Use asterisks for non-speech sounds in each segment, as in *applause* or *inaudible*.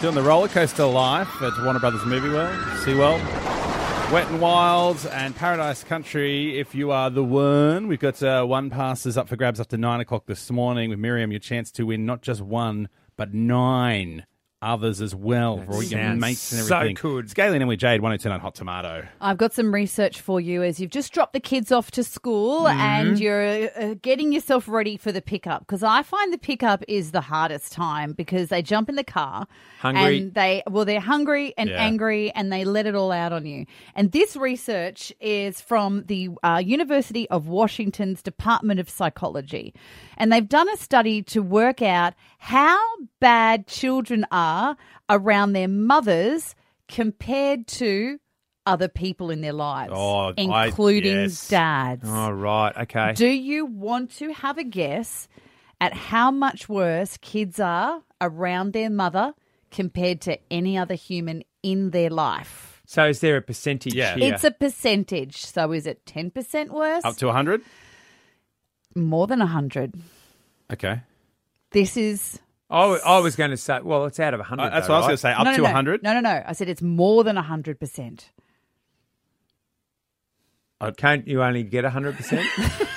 Doing the roller coaster life at Warner Brothers Movie World, SeaWorld, Wet and Wild, and Paradise Country. If you are the worm, we've got uh, one passes up for grabs after nine o'clock this morning with Miriam. Your chance to win not just one, but nine others as well for all your sounds mates and so everything. good. It's Gaylene and we Jade, 1029 Hot Tomato. I've got some research for you as you've just dropped the kids off to school and you're uh, getting yourself ready for the pickup because I find the pickup is the hardest time because they jump in the car Hungry. and they well they're hungry and Yeah. angry and they let it all out on you. And this research is from the uh, University of Washington's Department of Psychology and they've done a study to work out how bad children are around their mothers compared to other people in their lives, Oh, I- including yes. dads. Oh, right. Okay. Do you want to have a guess at how much worse kids are around their mother compared to any other human in their life? so is there a percentage Yeah. here? It's a percentage. So is it 10% worse? Up to 100? More than 100. Okay. This is. I, w- I was going to say, well, it's out of 100. Uh, that's though, what I was going right? to say. Up no, no, to no. 100? No, no, no. I said it's more than 100%. Can't you only *laughs* get 100%?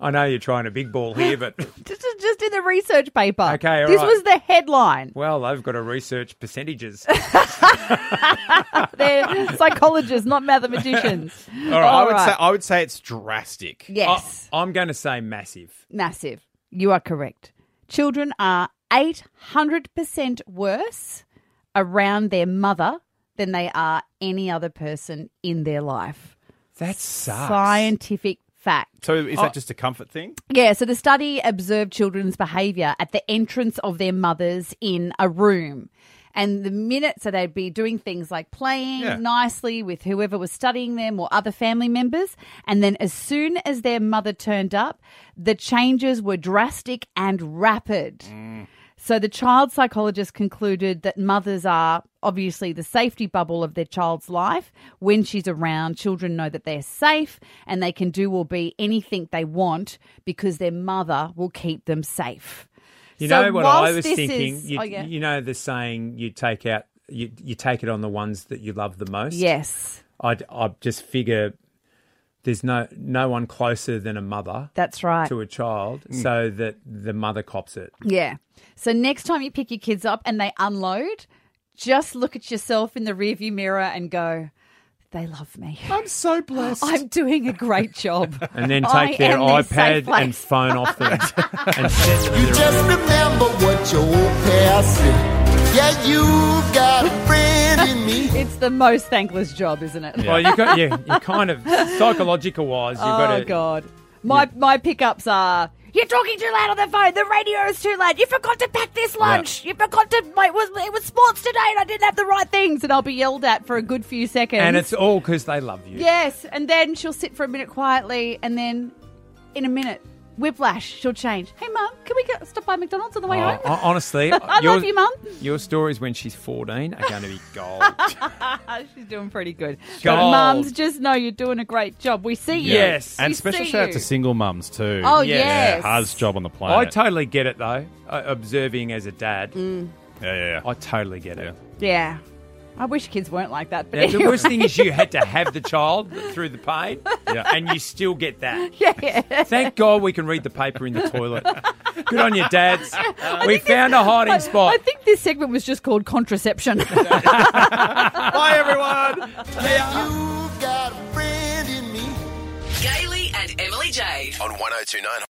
I know you're trying a big ball here, but Just, just in the research paper. Okay, all This right. was the headline. well, they've got to research *laughs* percentages. They're *laughs* psychologists, not mathematicians. All right, I All would right. say I would say it's drastic. Yes. I, am going to say massive. Massive. You are correct. Children are 800% worse around their mother than they are any other person in their life. That sucks. Scientific fact. So is that just a comfort thing? Yeah, so the study observed children's behavior at the entrance of their mothers in a room. And the minute, so they'd be doing things like playing Yeah. nicely with whoever was studying them or other family members. And then as soon as their mother turned up, the changes were drastic and rapid. So the child psychologist concluded that mothers are obviously the safety bubble of their child's life. When she's around, children know that they're safe and they can do or be anything they want because their mother will keep them safe. You So know what I whilst was this thinking? is- you, oh, yeah. you know the saying, you take out, you, you take it on the ones that you love the most. Yes, I I just figure there's no no one closer than a mother that's right. to a child, Mm. so that the mother cops it. Yeah. So next time you pick your kids up and they unload, just look at yourself in the rearview mirror and go, they love me. *laughs* I'm so blessed. I'm doing a great job. And then *laughs* I take their am their safe iPad and place. phone off *laughs* them and send them You their- just remember what your old past said. Yeah, you got a friend in me. It's the most thankless job, isn't it? Well, you got yeah, you kind of psychological wise, you've Oh got to. God, my my pickups are. You're talking too loud on the phone. The radio is too loud. You forgot to pack this lunch. You forgot to. My, it was it was sports today, and I didn't have the right things. And I'll be yelled at for a good few seconds. And it's all because they love you. yes, and then she'll sit for a minute quietly, and then in a minute, whiplash, she'll change. Hey, mum, can we go, stop by McDonald's on the way Oh, home? hon- honestly, *laughs* I your- love you, mum. Your stories when she's 14 are going to be gold. *laughs* She's doing pretty good. But Gold. mums, just know you're doing a great job. We see you. Yes. And We special see shout out you. to single mums too. Oh Yeah. yes, hardest job on the I planet. totally get it though. Uh, observing as a dad, Mm. yeah, yeah, yeah. I totally get it. Yeah, I wish kids weren't like that. *laughs* But Now, the anyway. worst thing is you had to have the child through the pain, and you still get that. *laughs* Yeah. Thank God we can read the paper in the toilet. Good on your dads. We found a hiding I spot. think this segment was just called contraception. *laughs* Bye everyone. Yeah, you got a friend in me. Gaily and Emily Jade. On 1029